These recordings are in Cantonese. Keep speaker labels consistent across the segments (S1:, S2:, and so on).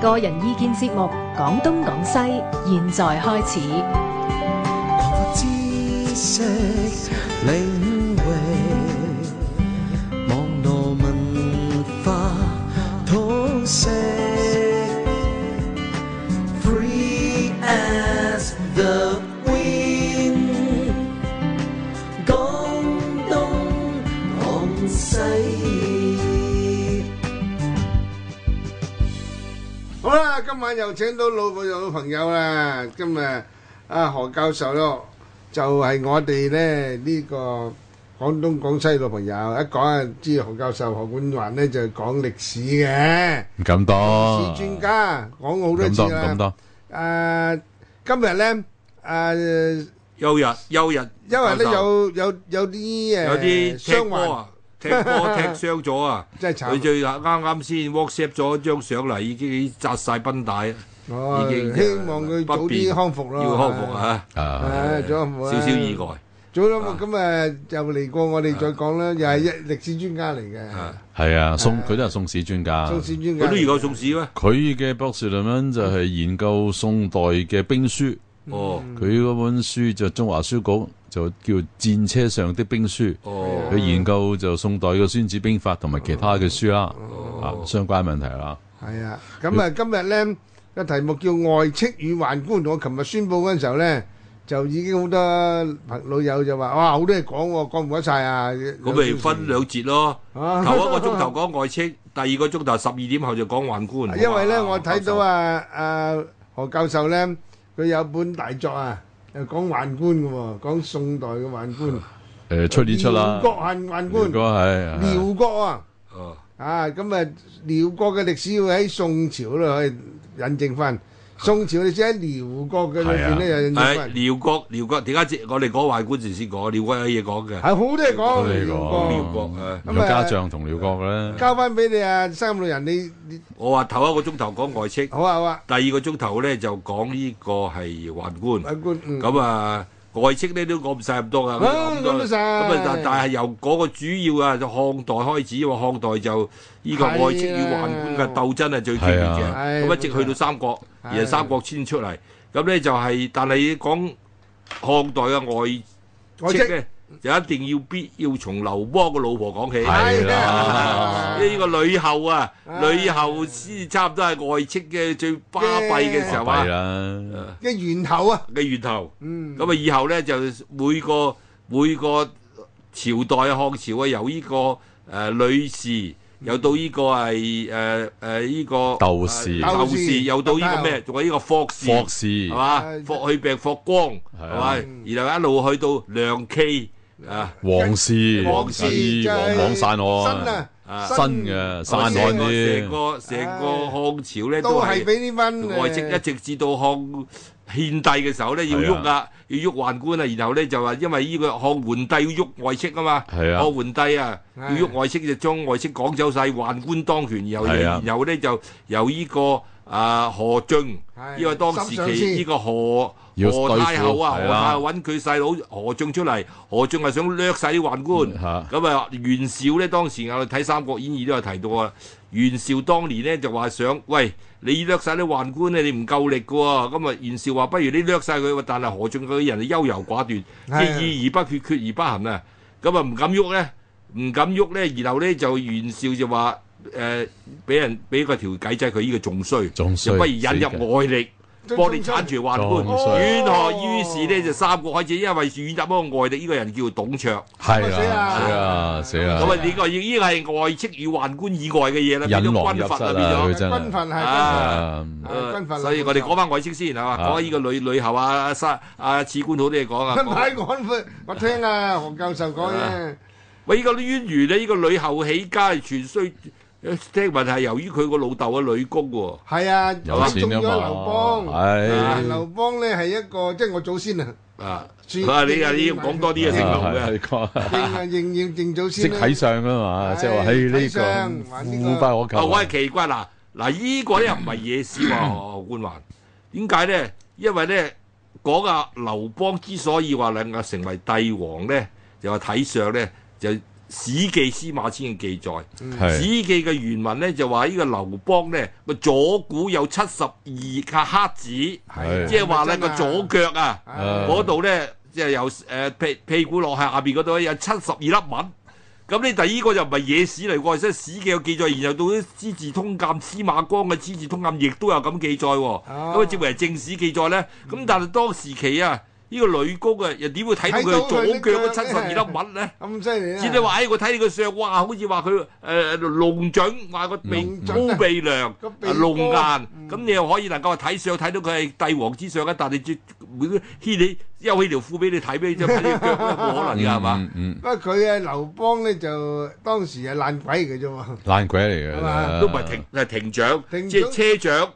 S1: 個人意見節目《講東講西》，現在開始。
S2: 擴闊知識領域，網絡文化通識，Free as the wind，講東講西。
S3: 好啦，今晚又請到老老老朋友啦，今日啊何教授咯，就係、我哋咧呢、個廣東廣西老朋友，一講啊知何教授何冠環咧就係講歷史嘅，
S4: 唔敢多。
S3: 史專家講過好多次啦。
S4: 唔敢多，唔敢多。
S3: 誒、今日咧誒，
S5: 休日休日，
S3: 因為咧
S5: 教授
S3: 有有有啲誒
S5: 有啲
S3: 傷
S5: 踢波
S3: 患
S5: 啊，踢波 踢傷咗啊，
S3: 真係慘
S5: 佢最啱啱先 WhatsApp 咗張相嚟，已經扎晒繃帶，
S3: 哦
S5: 已經
S3: 希望佢早
S5: 不
S3: 啲
S5: 便
S3: 康復咯，
S5: 要康復啊，
S4: 啊，
S3: 係，早康復啊
S5: 少少意外
S3: 早啦，咁誒又嚟過我哋再講啦，又係一歷史專家嚟嘅，
S5: 啊，
S4: 係啊，宋-佢都係宋史專家。
S3: 中史專家。
S5: 佢都研究宋史咩？
S4: 佢嘅博士論文就係研究宋代嘅兵書，
S5: 哦
S4: 佢嗰本書就中華書局就叫《戰車上的兵書》，
S5: 哦，
S4: 佢研究就宋代嘅《孫子兵法》同埋其他嘅書啦，
S3: 哦
S4: 啊，相關問題啦。
S3: 係啊，咁啊，今日咧個題目叫外戚與宦官。我琴日宣佈嗰陣時候咧，就已經好多朋老友就話：哇，好多嘢講喎，講唔講晒啊？
S5: 咁咪分兩節咯，
S3: 啊
S5: 頭一個鐘頭講外戚，第二個鐘頭十二點後就講宦官。
S3: 因為咧，
S5: 哇
S3: 我睇到，啊啊何教授咧，佢有本大作啊，又講宦官嘅喎，講宋代嘅宦官，
S4: 誒，出年出
S3: 遼
S4: 啦。
S3: 國宦宦官，
S4: 遼國係，係。
S3: 遼國啊！
S5: 哦
S3: 啊，咁啊，遼國嘅歷史要喺宋朝嗰度可以引證翻。宋朝歷史喺遼國嘅裏邊咧，又引證
S5: 誒
S3: 翻。
S5: 遼國遼國點解我哋講宦官時先講？遼國有嘢講嘅，
S3: 係好多嘢講
S4: 好多嘢講。
S3: 遼國，啊
S5: 遼國，誒。
S4: 嗯有家將同遼國嘅咧。
S3: 交翻俾你啊，三路人，你你
S5: 我話頭一個鐘頭講外戚。
S3: 好啊好啊，
S5: 第二個鐘頭咧就講呢個係宦官，
S3: 阿官，嗯
S5: 咁啊外戚咧都講唔晒咁多噶，
S3: 啊
S5: 咁多
S3: 講得晒
S5: 咁啊但但係由嗰個主要啊就漢代開始，因為漢代就呢個外戚與宦官嘅鬥爭係最激烈
S4: 係
S5: 嘅，
S3: 啊
S5: 咁一直去到三國，而係三國遷出嚟，咁咧就係但係講漢代嘅
S3: 外
S5: 外
S3: 戚
S5: 戚咧就一定要必要從劉邦個老婆講起。
S4: 係啦
S5: 啊 呢個呂后啊，
S3: 啊
S5: 呂后先差唔多係外戚嘅最巴閉嘅時候啊
S4: 弊啦。
S3: 嘅源頭啊，
S5: 嘅源頭。
S3: 嗯，
S5: 咁啊，以後咧就每個每個朝代啊，漢朝啊，由呢個誒呂氏，又到呢個係誒誒呢個
S4: 鬥士
S5: 呃鬥
S3: 鬥哦士
S5: 士，又到呢個咩？仲有呢個霍氏，
S4: 霍氏。
S5: 係嘛
S3: 係？
S5: 霍去病、霍光
S4: 係
S5: 係
S4: 啊
S5: 嘛？然後一路去到梁冀啊。
S4: 王氏，
S3: 王氏
S4: 王氏，
S3: 就係
S4: 王-王散我啊。
S3: 新啊，
S5: 啊
S4: 新嘅散
S5: 成
S4: 漢
S5: 個
S4: 啲
S5: 成個成個漢朝咧
S3: 都
S5: 都
S3: 係
S5: 係。
S3: 俾呢班
S5: 外戚一直至到漢獻帝嘅時候咧，要喐啊，要喐宦官啊，然後咧就話因為呢個漢桓帝要喐外戚啊嘛，
S4: 係啊
S5: 漢桓帝啊
S3: 係
S5: 要喐外戚就將外戚趕走晒，宦官當權，然後
S4: 係啊
S5: 然後咧就由呢個啊何進，
S3: 係
S5: 因為當時
S3: 十上司
S5: 期呢個何
S4: 要
S5: 何太后啊，
S4: 對付
S5: 何
S4: 係啦
S5: 太后揾佢細佬何進出嚟，何進係想掠晒啲宦官。
S4: 嚇
S5: 咁啊，袁紹咧當時我哋睇《三國演義》都有提到啊。袁紹當年咧就話想，喂，你掠晒啲宦官咧，你唔夠力嘅喎。咁啊，袁紹話不如你掠晒佢，但係何進佢人就優柔寡斷，即
S3: 係啊
S5: 係意而不決，決而不行啊。咁啊，唔敢喐咧，唔敢喐咧，然後咧就袁紹就話誒，俾、人俾個條計仔佢呢個仲衰，
S4: 仲衰
S5: 就不如引入外力。
S3: 仲
S5: 幫你剷住宦
S4: 仲
S5: 官，
S4: 衰
S5: 遠河於是咧就三國開始，因為引入嗰個外力，呢、個人叫董卓。
S4: 係啊，
S3: 死啦。
S4: 死啊，死啊。
S5: 咁啊，呢個已呢個係外戚與宦官以外嘅嘢啦，變咗
S4: 引狼
S5: 軍
S4: 入室
S5: 閥
S4: 啊
S5: 啦，
S4: 佢
S5: 變咗。
S4: 真係
S3: 軍閥
S5: 啊
S3: 係
S4: 啊，
S3: 係軍閥啦
S5: 誒所以我哋講翻外戚先係嘛，
S4: 啊
S5: 講下呢個女女后啊、沙啊、次官好多嘢講啊
S3: 軍閥，唔係
S5: 講。
S3: 軍閥，我聽啊何教授講嘅，
S5: 喂，呢個淵源咧，呢個女后起家全衰，呃聽聞係由於佢個老豆嘅女公喎。
S3: 係啊，
S4: 有
S3: 中
S4: 錢
S3: 咗
S4: 啊嘛，
S3: 劉邦，
S4: 係
S3: 啊劉邦咧係一個即係我祖先啊，
S5: 啊，
S3: 算
S5: 啊你啊，你要講多啲啊，姓劉嘅。
S4: 嘅，
S3: 認啊認認認祖
S4: 即
S3: 先啦
S4: 喺上啊嘛，
S3: 係
S4: 即係話喺
S3: 睇相
S4: 呢
S3: 話
S4: 個
S3: 呢
S4: 富不可
S5: 啊，
S4: 求
S5: 我
S4: 啊
S5: 係，奇怪嗱嗱，依個咧又唔係野史喎， 何官環點解咧？因為咧講啊，劉邦之所以話能夠成為帝王咧，就話睇相咧，就史記司馬遷嘅記載。史
S4: 係
S5: 記嘅原文咧就話呢個劉邦咧個左股有七十二個黑子，即
S4: 係
S5: 係話咧個左腳啊
S3: 啊
S5: 嗰度咧即係由誒屁屁股落下下邊嗰度有七十二粒紋。咁你第二個就唔係野史嚟喎，即係史記有記載，然後到啲《資治通鑑》司馬光嘅《資治通鑑》亦都有咁記載喎。
S3: 哦
S5: 咁啊，證為係正史記載咧。咁但係當時期啊，呢、個女工啊，又點會睇到
S3: 睇到
S5: 佢左
S3: 佢啲啊
S5: 腳
S3: 腳
S5: 嗰七十二粒紋咧？
S3: 咁犀利啊！
S5: 只你話，哎，我睇你個相，哇，好似話佢誒龍準，話個鼻
S3: 龍
S5: 高
S3: 準啊
S5: 鼻 梁、
S3: 個
S5: 啊
S3: 鼻
S5: 龍
S3: 哥
S5: 眼，
S3: 嗯
S5: 咁你又可以能夠睇相睇到佢係帝王之相嘅，但係你只會牽你休起條褲俾你睇俾你啫，睇你腳啦冇可能㗎啊係嘛？
S4: 嗯嗯，
S3: 不過佢啊劉邦咧就當時係爛鬼嘅啫喎，
S4: 嗯爛鬼嚟
S3: 係嘛
S4: 嘅，
S5: 都唔係停，係停長，
S3: 停
S5: 即
S3: 長
S5: 係車長，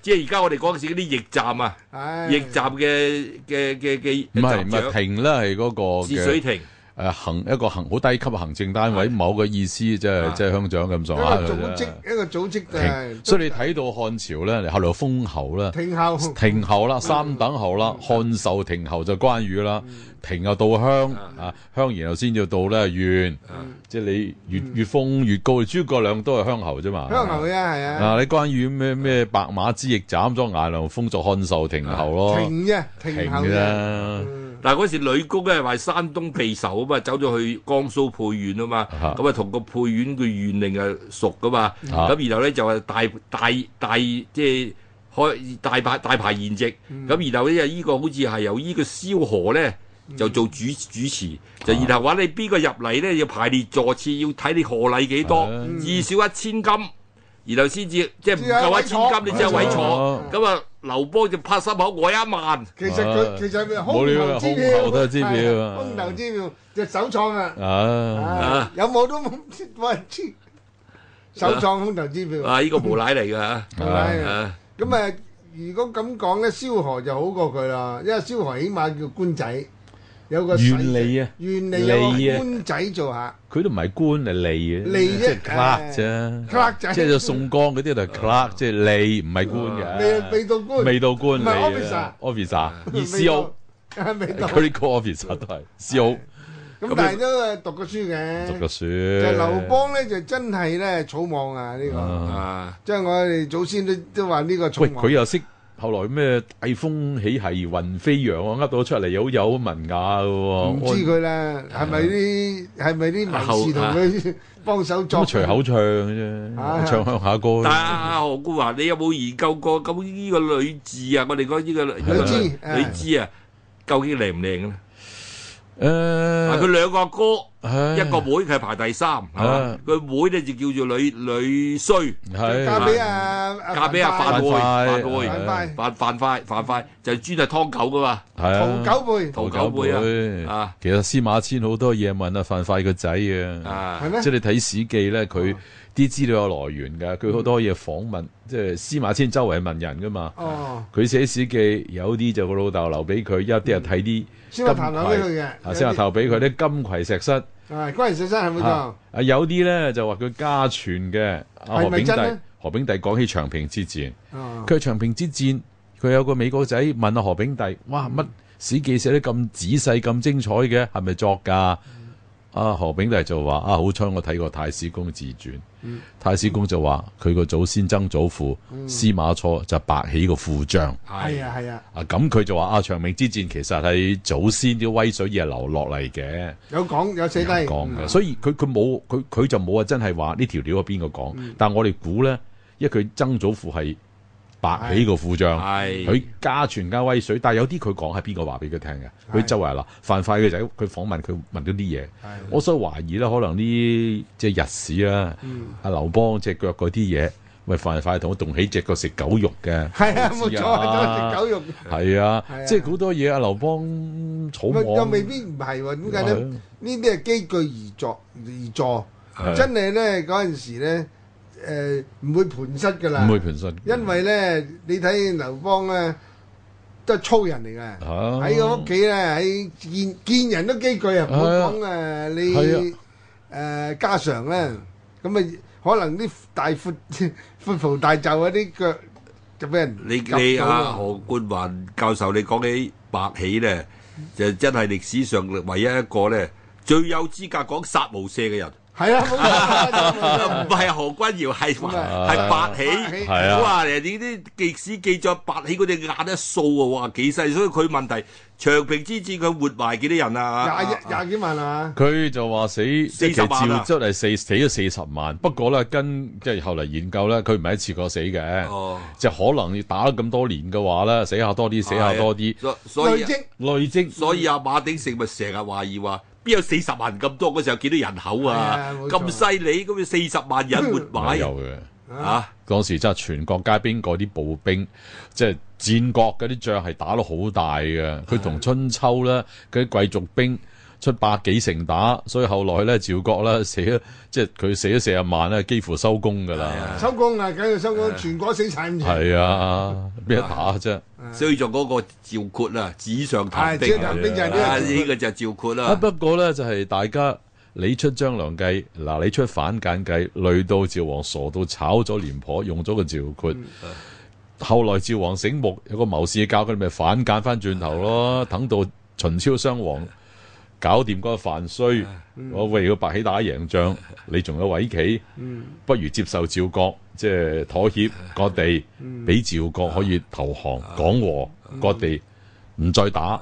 S5: 即係而家我哋嗰陣時嗰啲驛站啊，
S3: 唉，
S5: 驛站嘅嘅嘅嘅
S4: 唔係唔
S5: 站
S4: 係
S5: 長，
S4: 停啦，係嗰個
S5: 治水
S4: 嘅
S5: 亭。
S4: 誒行一個行好低級嘅行政單位，某個意思即係即係鄉長咁
S3: 一
S4: 上下
S3: 個
S4: 嘅
S3: 組
S4: 啫
S3: 織一個組織
S4: 停
S3: 嘅，
S4: 所以你睇到漢朝咧，後來有封侯啦。
S3: 停後
S4: 停後啦，三等候啦，漢壽停後就關羽啦，停又到鄉啊，鄉然後先至到咧縣，即係你越越封越高，諸葛亮都係鄉侯啫嘛。
S3: 香牛啊，係啊，
S4: 嗱，你關羽咩咩白馬之役斬咗顏良，封作漢壽停後咯，
S3: 停啫，
S4: 停
S3: 停後
S4: 㗎
S3: 啫，
S4: 啦，
S3: Ừ,
S5: 嗱嗰時女工咧話山東避仇啊嘛，走咗去江蘇沛縣啊嘛，
S4: 啊
S5: 咁啊同個沛縣嘅縣令啊熟噶嘛，
S4: 啊
S5: 咁然後咧就係大大大即係開大排大排筵席，咁然後咧呢個好似係由呢個蕭何咧就做主主持，就然後話你邊個入嚟咧要排列座次，要睇你賀禮幾多
S4: 啊，
S5: 至少一千金。然後先嗯至即係唔
S3: 只有一
S5: 夠
S3: 位
S5: 一千金，你只有位
S4: 坐
S5: 坐。咁啊，劉邦就拍心口，我一萬。
S3: 其實佢其實係空頭支
S4: 冇料啊空頭都係支票
S3: 票
S4: 啊
S3: 啊，空頭支票就首創啊，
S4: 啊，
S3: 啊有冇都冇冇人知，首創空頭支票。
S5: 啊！呢、個無賴嚟㗎。
S3: 係咪
S5: 啊
S3: 咁啊，如果咁講咧，蕭何就好過佢啦，因為蕭何起碼叫官仔，有個
S4: 縣吏啊
S3: 縣吏有
S4: 吏
S3: 個
S4: 啊
S3: 官仔做下
S4: 佢都唔係官係吏嘅，
S3: 吏啫
S4: 即係 clerk 啫
S3: ，clerk 仔，
S4: 即係宋江嗰啲就係 clerk，即係吏唔係官
S3: 未
S4: 嘅，
S3: 未到官，
S4: 未到官
S3: 唔係
S4: 吏啊 officer，意思好。
S3: 到，未到。
S4: critical officer 都係 CO
S3: 咁但係都係讀過書嘅，
S4: 讀過書，
S3: 就劉邦咧就真係咧草莽啊！呢個
S4: 啊
S5: 啊！
S3: 即係我哋祖先都都話呢個草
S4: 喂，
S3: 莽
S4: 佢。又識後來咩大風起係雲飛揚啊，噏到出嚟有有文雅嘅喎，
S3: 唔知佢啦，係咪啲係咪啲文士同佢幫手
S4: 咁啊
S3: 作？
S4: 隨口唱嘅
S3: 啊
S4: 啫，唱鄉下歌啫。
S5: 但係阿何冠華，你有冇研究過咁呢個女字啊？我哋講呢個呢個
S3: 女
S5: 女
S3: 字啊
S5: 女字啊，究竟靚唔靚嘅咧？嗱，佢
S4: 誒，
S5: 兩個阿哥，
S4: 唉
S5: 一個妹，佢係排第三，係嘛
S4: 唉？
S5: 佢妹咧就叫做女女衰，
S3: 嫁
S4: 係
S3: 俾阿
S5: 嫁俾阿
S4: 范晖
S5: 范
S4: 范晖
S5: 晖，范晖，范范快，范快就專係劏狗噶嘛。
S4: 係
S3: 屠
S4: 啊，
S3: 九輩，
S5: 屠
S4: 九
S5: 九
S4: 妹
S5: 妹啊，
S4: 其實司馬遷好多嘢問啊，犯快個仔啊。
S5: 啊
S3: 係，咩？哦
S4: 即係你睇史記咧，佢啲資料有來源㗎，佢好多嘢訪問，即係司馬遷周圍問人㗎嘛。
S3: 哦，
S4: 佢寫史記有啲就個老豆留俾佢，有啲人睇啲金
S3: 先話談留俾佢
S4: 葵，
S3: 嘅，
S4: 啊先話頭俾佢啲金葵石室，
S3: 啊，關人先生係冇錯
S4: 啊，啊有啲咧就話佢家傳嘅，啊
S3: 係
S4: 何
S3: 咪
S4: 炳
S3: 真咧
S4: 帝何炳帝講起長平之戰，
S3: 哦
S4: 佢係長平之戰，佢有個美國仔問阿何炳帝，哇乜史記寫得咁仔細咁精彩嘅，係咪作㗎？啊何炳帝就話啊好彩我睇過太史公自傳，太史公就話佢個祖先曾祖父司馬錯就白起個副將。
S3: 係啊係啊，
S4: 啊，咁佢就話啊，長命之戰其實係祖先啲威水嘢流落嚟嘅，
S3: 有講有寫低
S4: 講嘅，
S3: 嗯
S4: 所以佢佢冇佢佢就冇啊，真係話呢條料係邊個講？但係我哋估咧，因為佢曾祖父係白起個副將，
S5: 係
S4: 佢家傳家威水，但係有啲佢講係邊個話俾佢聽嘅？佢周圍嗱，犯法嘅仔，佢訪問佢問到啲嘢，我所以懷疑咧，可能呢即係日史啦，
S3: 嗯
S4: 阿劉邦只腳嗰啲嘢，喂犯法同我動起只腳食狗肉嘅。
S3: 係啊，冇錯啊，
S4: 啊
S3: 都係食狗肉，
S4: 係啊
S3: 係啊，
S4: 即係好多嘢啊！劉邦草莽
S3: 咪又未必唔係喎？點解咧
S4: 係？啊
S3: 呢啲係機具而作而作，
S4: 係
S3: 真係咧嗰陣時咧，誒唔會盤膝㗎啦
S4: 唔，會盤身，
S3: 啊因為咧你睇劉邦咧都係粗人嚟嘅。喺個屋企咧，喺見見人都幾句啊，啊唔好講誒你誒家常咧，咁啊可能啲大闊 闊袍大袖啊啲腳就俾人
S5: 你
S3: 夾
S5: 你
S3: 到
S5: 啊何冠華教授，你講起白起咧，就真係歷史上唯一一個咧最有資格講殺無赦嘅人，
S3: 係啊啊，冇錯
S5: 唔係何君堯，係
S3: 啊
S5: 係白起。
S4: 係啊
S5: 哇！你啲歷史記載白起嗰隻眼一掃啊，哇幾細，所以佢問題長平之戰佢活埋幾多人 啊？
S3: 廿一廿幾萬啊，
S4: 佢就話死，即係其
S5: 40
S4: 實
S5: 萬啊
S4: 照出係四死咗四十萬。不過咧，跟即係後嚟研究咧，佢唔係一次過死嘅，
S5: 哦，
S4: 就可能要打咗咁多年嘅話咧，死下多啲，死
S5: 啊
S4: 下多啲，
S5: 所所以啊
S3: 累積
S4: 累積
S5: 所以阿馬鼎盛咪成日懷疑話，邊有四十萬咁多嗰時候幾多人口
S3: 係
S5: 啊
S3: 啊？冇錯
S5: 咁犀利，咁要四十萬人活
S4: 唔係嗯
S5: 埋
S4: 有嘅。
S5: 啊！
S4: 嗰時真係全國皆兵嗰啲步兵，即係戰國嗰啲仗係打到好大嘅。佢同春秋咧，嗰啲貴族兵出百幾成打，所以後來咧趙國咧死咗，即係佢死咗四十萬咧，幾乎收工㗎啦。
S3: 收工啊，梗要收工，全國死晒咁滯。
S4: 係啊，邊一打啫？
S5: 所以就嗰個趙括啦，紙上談
S3: 係，即係
S5: 兵啊
S3: 談！兵就係
S5: 啊
S3: 呢
S5: 呢個就係趙括
S4: 啊
S5: 啦。
S4: 不過咧就係、大家你出張良計，嗱你出反間計，累到趙王傻到炒咗廉頗，用咗個趙括。後來趙王醒目，有個謀士教佢，咪反間翻轉頭咯。等到秦昭襄王搞掂嗰個樊須，我為個白起打贏仗，你仲有位棋，不如接受趙國，即係妥協割地，俾趙國可以投降講和割地，唔再打。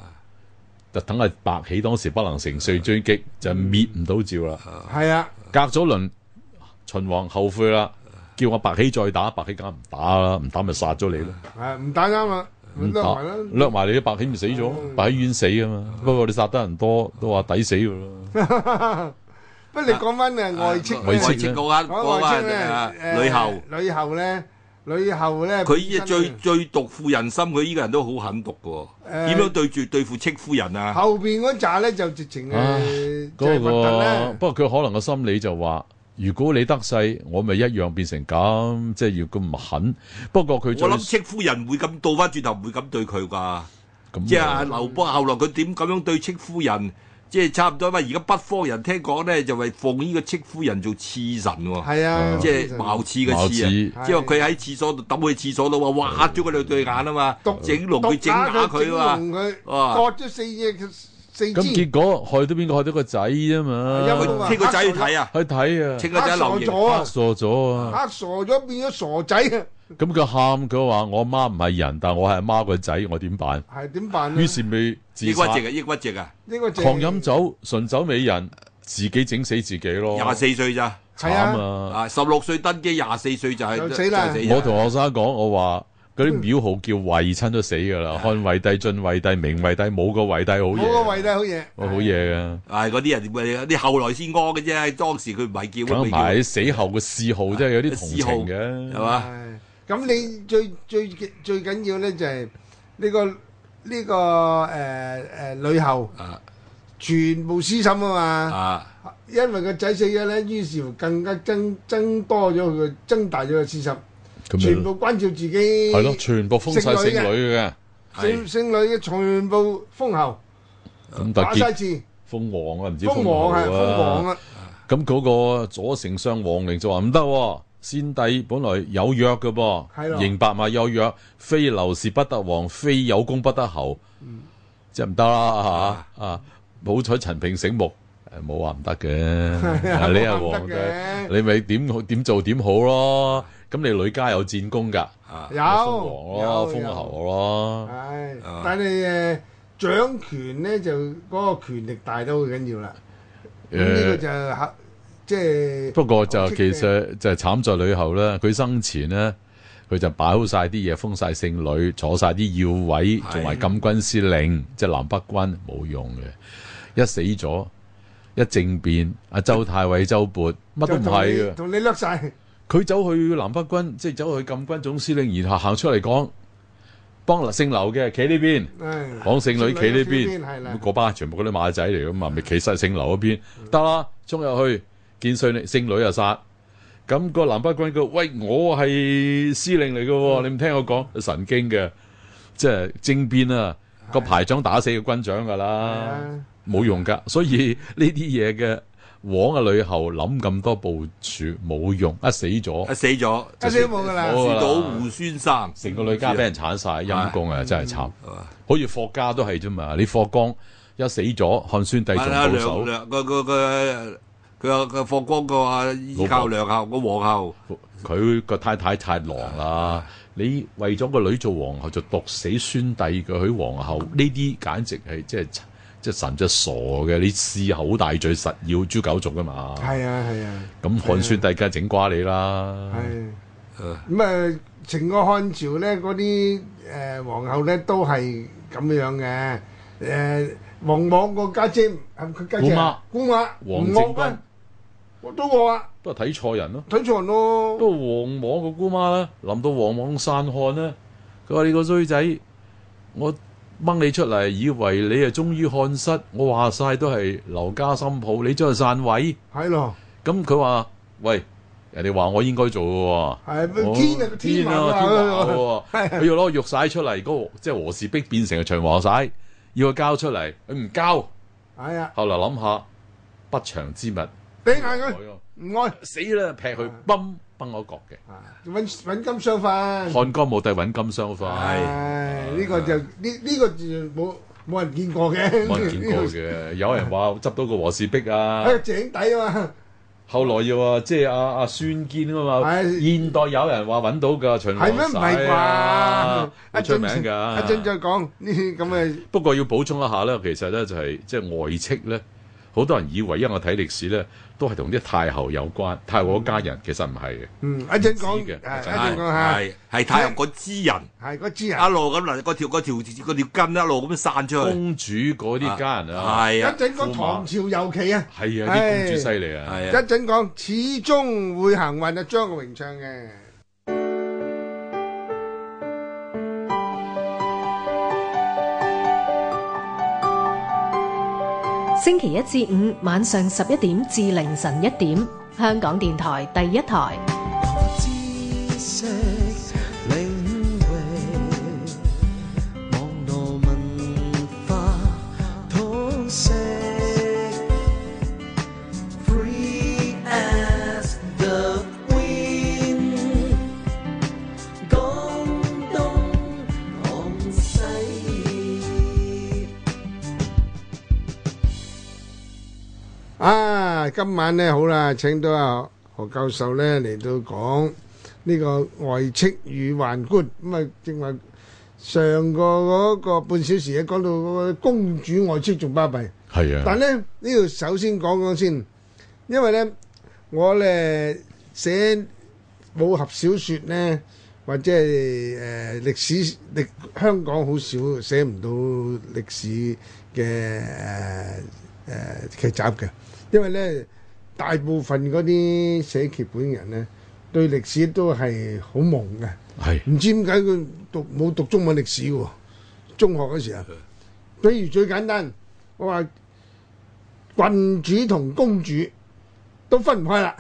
S4: 就等係白起當時不能乘勢追擊，就滅唔到趙啦。
S3: 個係啊，
S4: 隔咗輪，秦王後悔啦，叫我白起再打，白起梗係唔打啦，唔打咪殺咗你咯。
S3: 係唔打啱啊，
S4: 唔
S3: 咁都
S4: 打
S3: 埋啦。
S4: 掠埋你啲白起咪死咗，白起冤死啊嘛。不過你殺得人多，都話抵死噶咯。
S3: 不過你講翻誒外戚呢，
S4: 外戚
S5: 外戚嗰間
S3: 講
S5: 嗰
S3: 外戚
S5: 間啊
S3: 咧，
S5: 呂后，
S3: 誒，呂后咧，呂后咧，
S5: 佢依
S3: 本身
S5: 最
S3: 呢
S5: 最毒婦人心，佢依個人都好狠毒嘅喎。
S3: 誒
S5: 點樣對住對付戚夫人啊？
S3: 後邊嗰扎咧就直情
S4: 唉
S3: 誒，就
S4: 嗰
S3: 係核突
S4: 個
S3: 咧。
S4: 不過佢可能個心理就話：如果你得勢，我咪一樣變成咁，即係要咁唔狠。不過佢最
S5: 我諗戚夫人會咁倒翻轉頭，唔會咁對佢㗎。
S4: 咁啊
S5: 即係啊阿劉邦後來佢點咁樣對戚夫人，即係差唔多，因為而家北方人聽講咧就係奉呢個戚夫人做刺神喎，
S3: 係啊，
S5: 即係貌似嘅刺
S4: 貌
S5: 啊！
S3: 似
S5: 即係佢喺廁所度抌去廁所度啊，挖咗佢兩對眼啊嘛，整聾佢整啞佢啊嘛，
S3: 佢
S5: 哇
S3: 割咗四隻四
S4: 咁
S3: 支
S4: 結，果害到邊個？害到個仔啫
S3: 因
S4: 嘛
S3: 為。
S5: 佢戚個仔去睇啊，
S4: 去睇啊，
S5: 戚個
S3: 嚇
S5: 仔
S3: 傻
S5: 留言。
S3: 咗啊，
S4: 傻咗啊！
S3: 嚇傻咗變咗傻仔啊！
S4: 咁佢喊，佢話我媽唔係人，但我係媽個仔，我點辦？
S3: 係點辦咧？
S4: 於是咪自
S5: 抑
S4: 殺
S5: 鬱，症啊，抑鬱症啊，
S3: 呢個就係
S4: 狂飲，酒，純酒美人，自己整死自己咯。
S5: 廿四歲咋，
S4: 慘
S3: 係啊，
S4: 啊！
S5: 啊十六歲登基，廿四歲就係
S3: 就死啦
S5: 就
S4: 我同學生講，我話嗰啲廟號叫惠親都死㗎啦，漢惠帝、晉惠帝、明惠帝，冇個惠帝好
S3: 冇個
S4: 嘢，
S3: 位都好嘢，
S4: 我好嘢㗎。
S5: 係嗰啲人咪啲後來先屙嘅啫，當時佢唔係叫
S4: 梗
S5: 啊佢
S4: 唔啊係死後嘅嗜好，即係有啲同
S5: 嗜好
S4: 情
S5: 叫
S4: 嘅
S5: 係。嘛？
S3: 係咁你最最最緊要咧就係呢個呢個誒誒女後
S5: 啊
S3: 全部私心啊嘛，
S5: 啊！
S3: 因為個仔死咗咧，於是乎更加增增多咗佢個增大咗個私心，
S4: 咁
S3: 全
S4: 咪
S3: 部關照自己
S4: 係咯，全部封晒
S3: 聖
S4: 聖
S3: 女嘅
S4: 女嘅，
S3: 聖聖女嘅全部封侯
S4: 咁特
S3: 打晒
S4: 結
S3: 字，
S4: 封王啊，唔知
S3: 封
S4: 後
S3: 王
S4: 啊
S3: 係封王啊，
S4: 咁嗰個左丞相王陵就話唔得喎，先帝本來有約嘅
S3: 係
S4: 噃，
S3: 咯
S4: 刑白馬有約，非劉氏不得王，非有功不得侯，
S3: 嗯
S4: 即係唔得啦嚇啊！好彩陳平醒目，誒冇話唔 得嘅， 啊你係
S3: 冇話
S4: 皇
S3: 唔
S4: 帝
S3: 得，嘅
S4: 你咪點好點做點好咯。咁你女家有戰功㗎，
S5: 啊
S3: 有
S4: 封王咯，
S3: 有
S4: 封啊
S3: 有
S4: 侯咯，
S3: 唉
S5: 啊，
S3: 但係誒掌權咧就嗰個權力大都好緊要啦。咁呢個
S4: 誒
S3: 就係即係
S4: 不過就
S3: 學
S4: 其
S3: 識嘅
S4: 實就係慘在女後啦，佢生前呢，佢就擺好晒啲嘢，封晒聖女，坐晒啲要位，做埋禁軍司令，即係南北軍冇用嘅。一死咗，一政變，阿周太尉、周勃乜都唔係
S3: 就
S4: 嘅。
S3: 同你同你甩晒，
S4: 佢走去南北軍，即係走去禁軍總司令，然後行出嚟講，幫姓劉嘅企呢邊。
S3: 唉，
S4: 講聖女企呢邊，
S3: 係啦
S4: 咁，嗰班全部嗰啲馬仔嚟噶嘛，咪企晒聖樓嗰邊，得啦，衝入去見聖女，聖女又啊殺。咁個南北軍佢喂，我係司令嚟嘅喎，你唔聽我講，神經嘅，即係政變啊！個排長打死個軍長㗎啦
S3: 啊，
S4: 冇用㗎。所以呢啲嘢嘅往啊呂後諗咁多部署冇用，一死
S5: 啊
S4: 咗
S5: 死咗，
S3: 一死都冇㗎
S4: 冇
S3: 啦，
S5: 遇到胡先生，
S4: 成個女家俾人鏟晒，陰公啊，真係慘。
S5: 係嘛
S4: 好似霍家都係啫嘛，你霍光一一死咗，漢宣帝仲
S5: 係啦，
S4: 到
S5: 啊梁
S4: 手，
S5: 梁個個個佢個霍光個阿依靠梁后個皇后，
S4: 佢個太太太狼啦。你為咗個女做皇后就毒死宣帝嘅佢皇后，呢啲簡直係即係即係神即係傻嘅。你事後好大罪，實要诛九族噶嘛。
S3: 係啊係啊
S4: 咁漢宣帝梗係整瓜你啦。
S3: 係。
S5: 誒
S3: 咁啊，成個漢朝咧，嗰啲誒皇后咧都係咁樣嘅。誒王莽個家姐係佢家姐啊，姑媽
S4: 王
S3: 唔
S4: 政
S3: 惡
S4: 君
S3: 咩？我都惡啊，
S4: 不過睇錯人咯。
S3: 推錯咯。
S4: 不過黃莽個姑媽咧，臨到黃莽散漢咧，佢話你個衰仔，我掹你出嚟，以為你係忠於漢室，我話晒都係劉家新抱，你將佢散位。
S3: 係咯，
S4: 咁佢話：喂，人哋話我應該做嘅
S3: 係
S4: 喎，我
S3: 天啊個天
S4: 天
S3: 馬
S4: 啊，天馬
S3: 啊！
S4: 喎，佢要攞玉璽出嚟，嗰個即係和氏璧變成個長和璽，要佢交出嚟，佢唔交。
S3: 係啊，
S4: 後來諗下，不祥之物，
S3: 俾眼佢唔愛，
S4: 死啦，劈佢，崩崩我角嘅。
S3: 啊揾揾金相反。
S4: 漢光武帝揾金相
S3: À,
S4: 化，
S3: 唉，呢個就呢呢個就冇冇人見過嘅，
S4: 冇人見 過
S3: 呢
S4: 嘅。有人話執到個和氏璧
S3: 個
S4: 啊
S3: 喺，個井底啊嘛。
S4: 後來又話即係阿阿孫堅啊嘛。
S3: 係
S4: 現代有人話揾到㗎秦
S3: 係
S4: 王
S3: 咩？唔係
S4: 使啊
S3: 啩？
S4: 好
S3: 一
S4: 出名
S3: 陣一陣
S4: 㗎。
S3: 再講呢啲咁嘅
S4: 不過要補充一下咧，其實咧就係即係外戚咧，好多人以為因為我睇歷史咧，都係同啲太后有關，太后一家人其實唔係嘅。
S3: 嗯，一陣講，
S4: 唔知嘅
S3: 係一
S4: 就
S3: 陣
S5: 係
S3: 講下，
S5: 係係太陽嗰支人
S3: 係嗰支啊，
S5: 一路咁嗱，嗰條嗰條嗰條筋一路咁散出去，
S4: 公主嗰啲家人啊，
S3: 一
S5: 係啊，
S3: 陣講唐朝尤其啊，
S4: 係啊，
S3: 唉
S4: 啲公主犀利啊。
S3: 一
S5: 係啊，
S3: 陣講始終會行運啊，張國榮唱嘅。
S1: 星期一至五晚上十一點至凌晨一點，香港電台第一台。
S2: 知識領域，網絡文化通識，free as the wind，廣東廣西。
S3: 啊，今晚咧好啦，請到阿何教授咧嚟到講呢個外戚與宦官。咁啊，正話上個嗰個半小時咧啊講到嗰個公主外戚仲巴閉。
S4: 係啊。
S3: 但咧呢度首先講講先，因為咧我咧寫武俠小説咧，或者係誒、呃、歷史歷香港好少寫唔到歷史嘅誒誒劇集嘅，因為咧大部分嗰啲寫劇本嘅人咧對歷史都係好懵嘅。
S4: 係
S3: 唔知點解佢讀冇讀中文歷史喎？中學嗰時候，比如最簡單，我話郡主同公主都分唔開啦。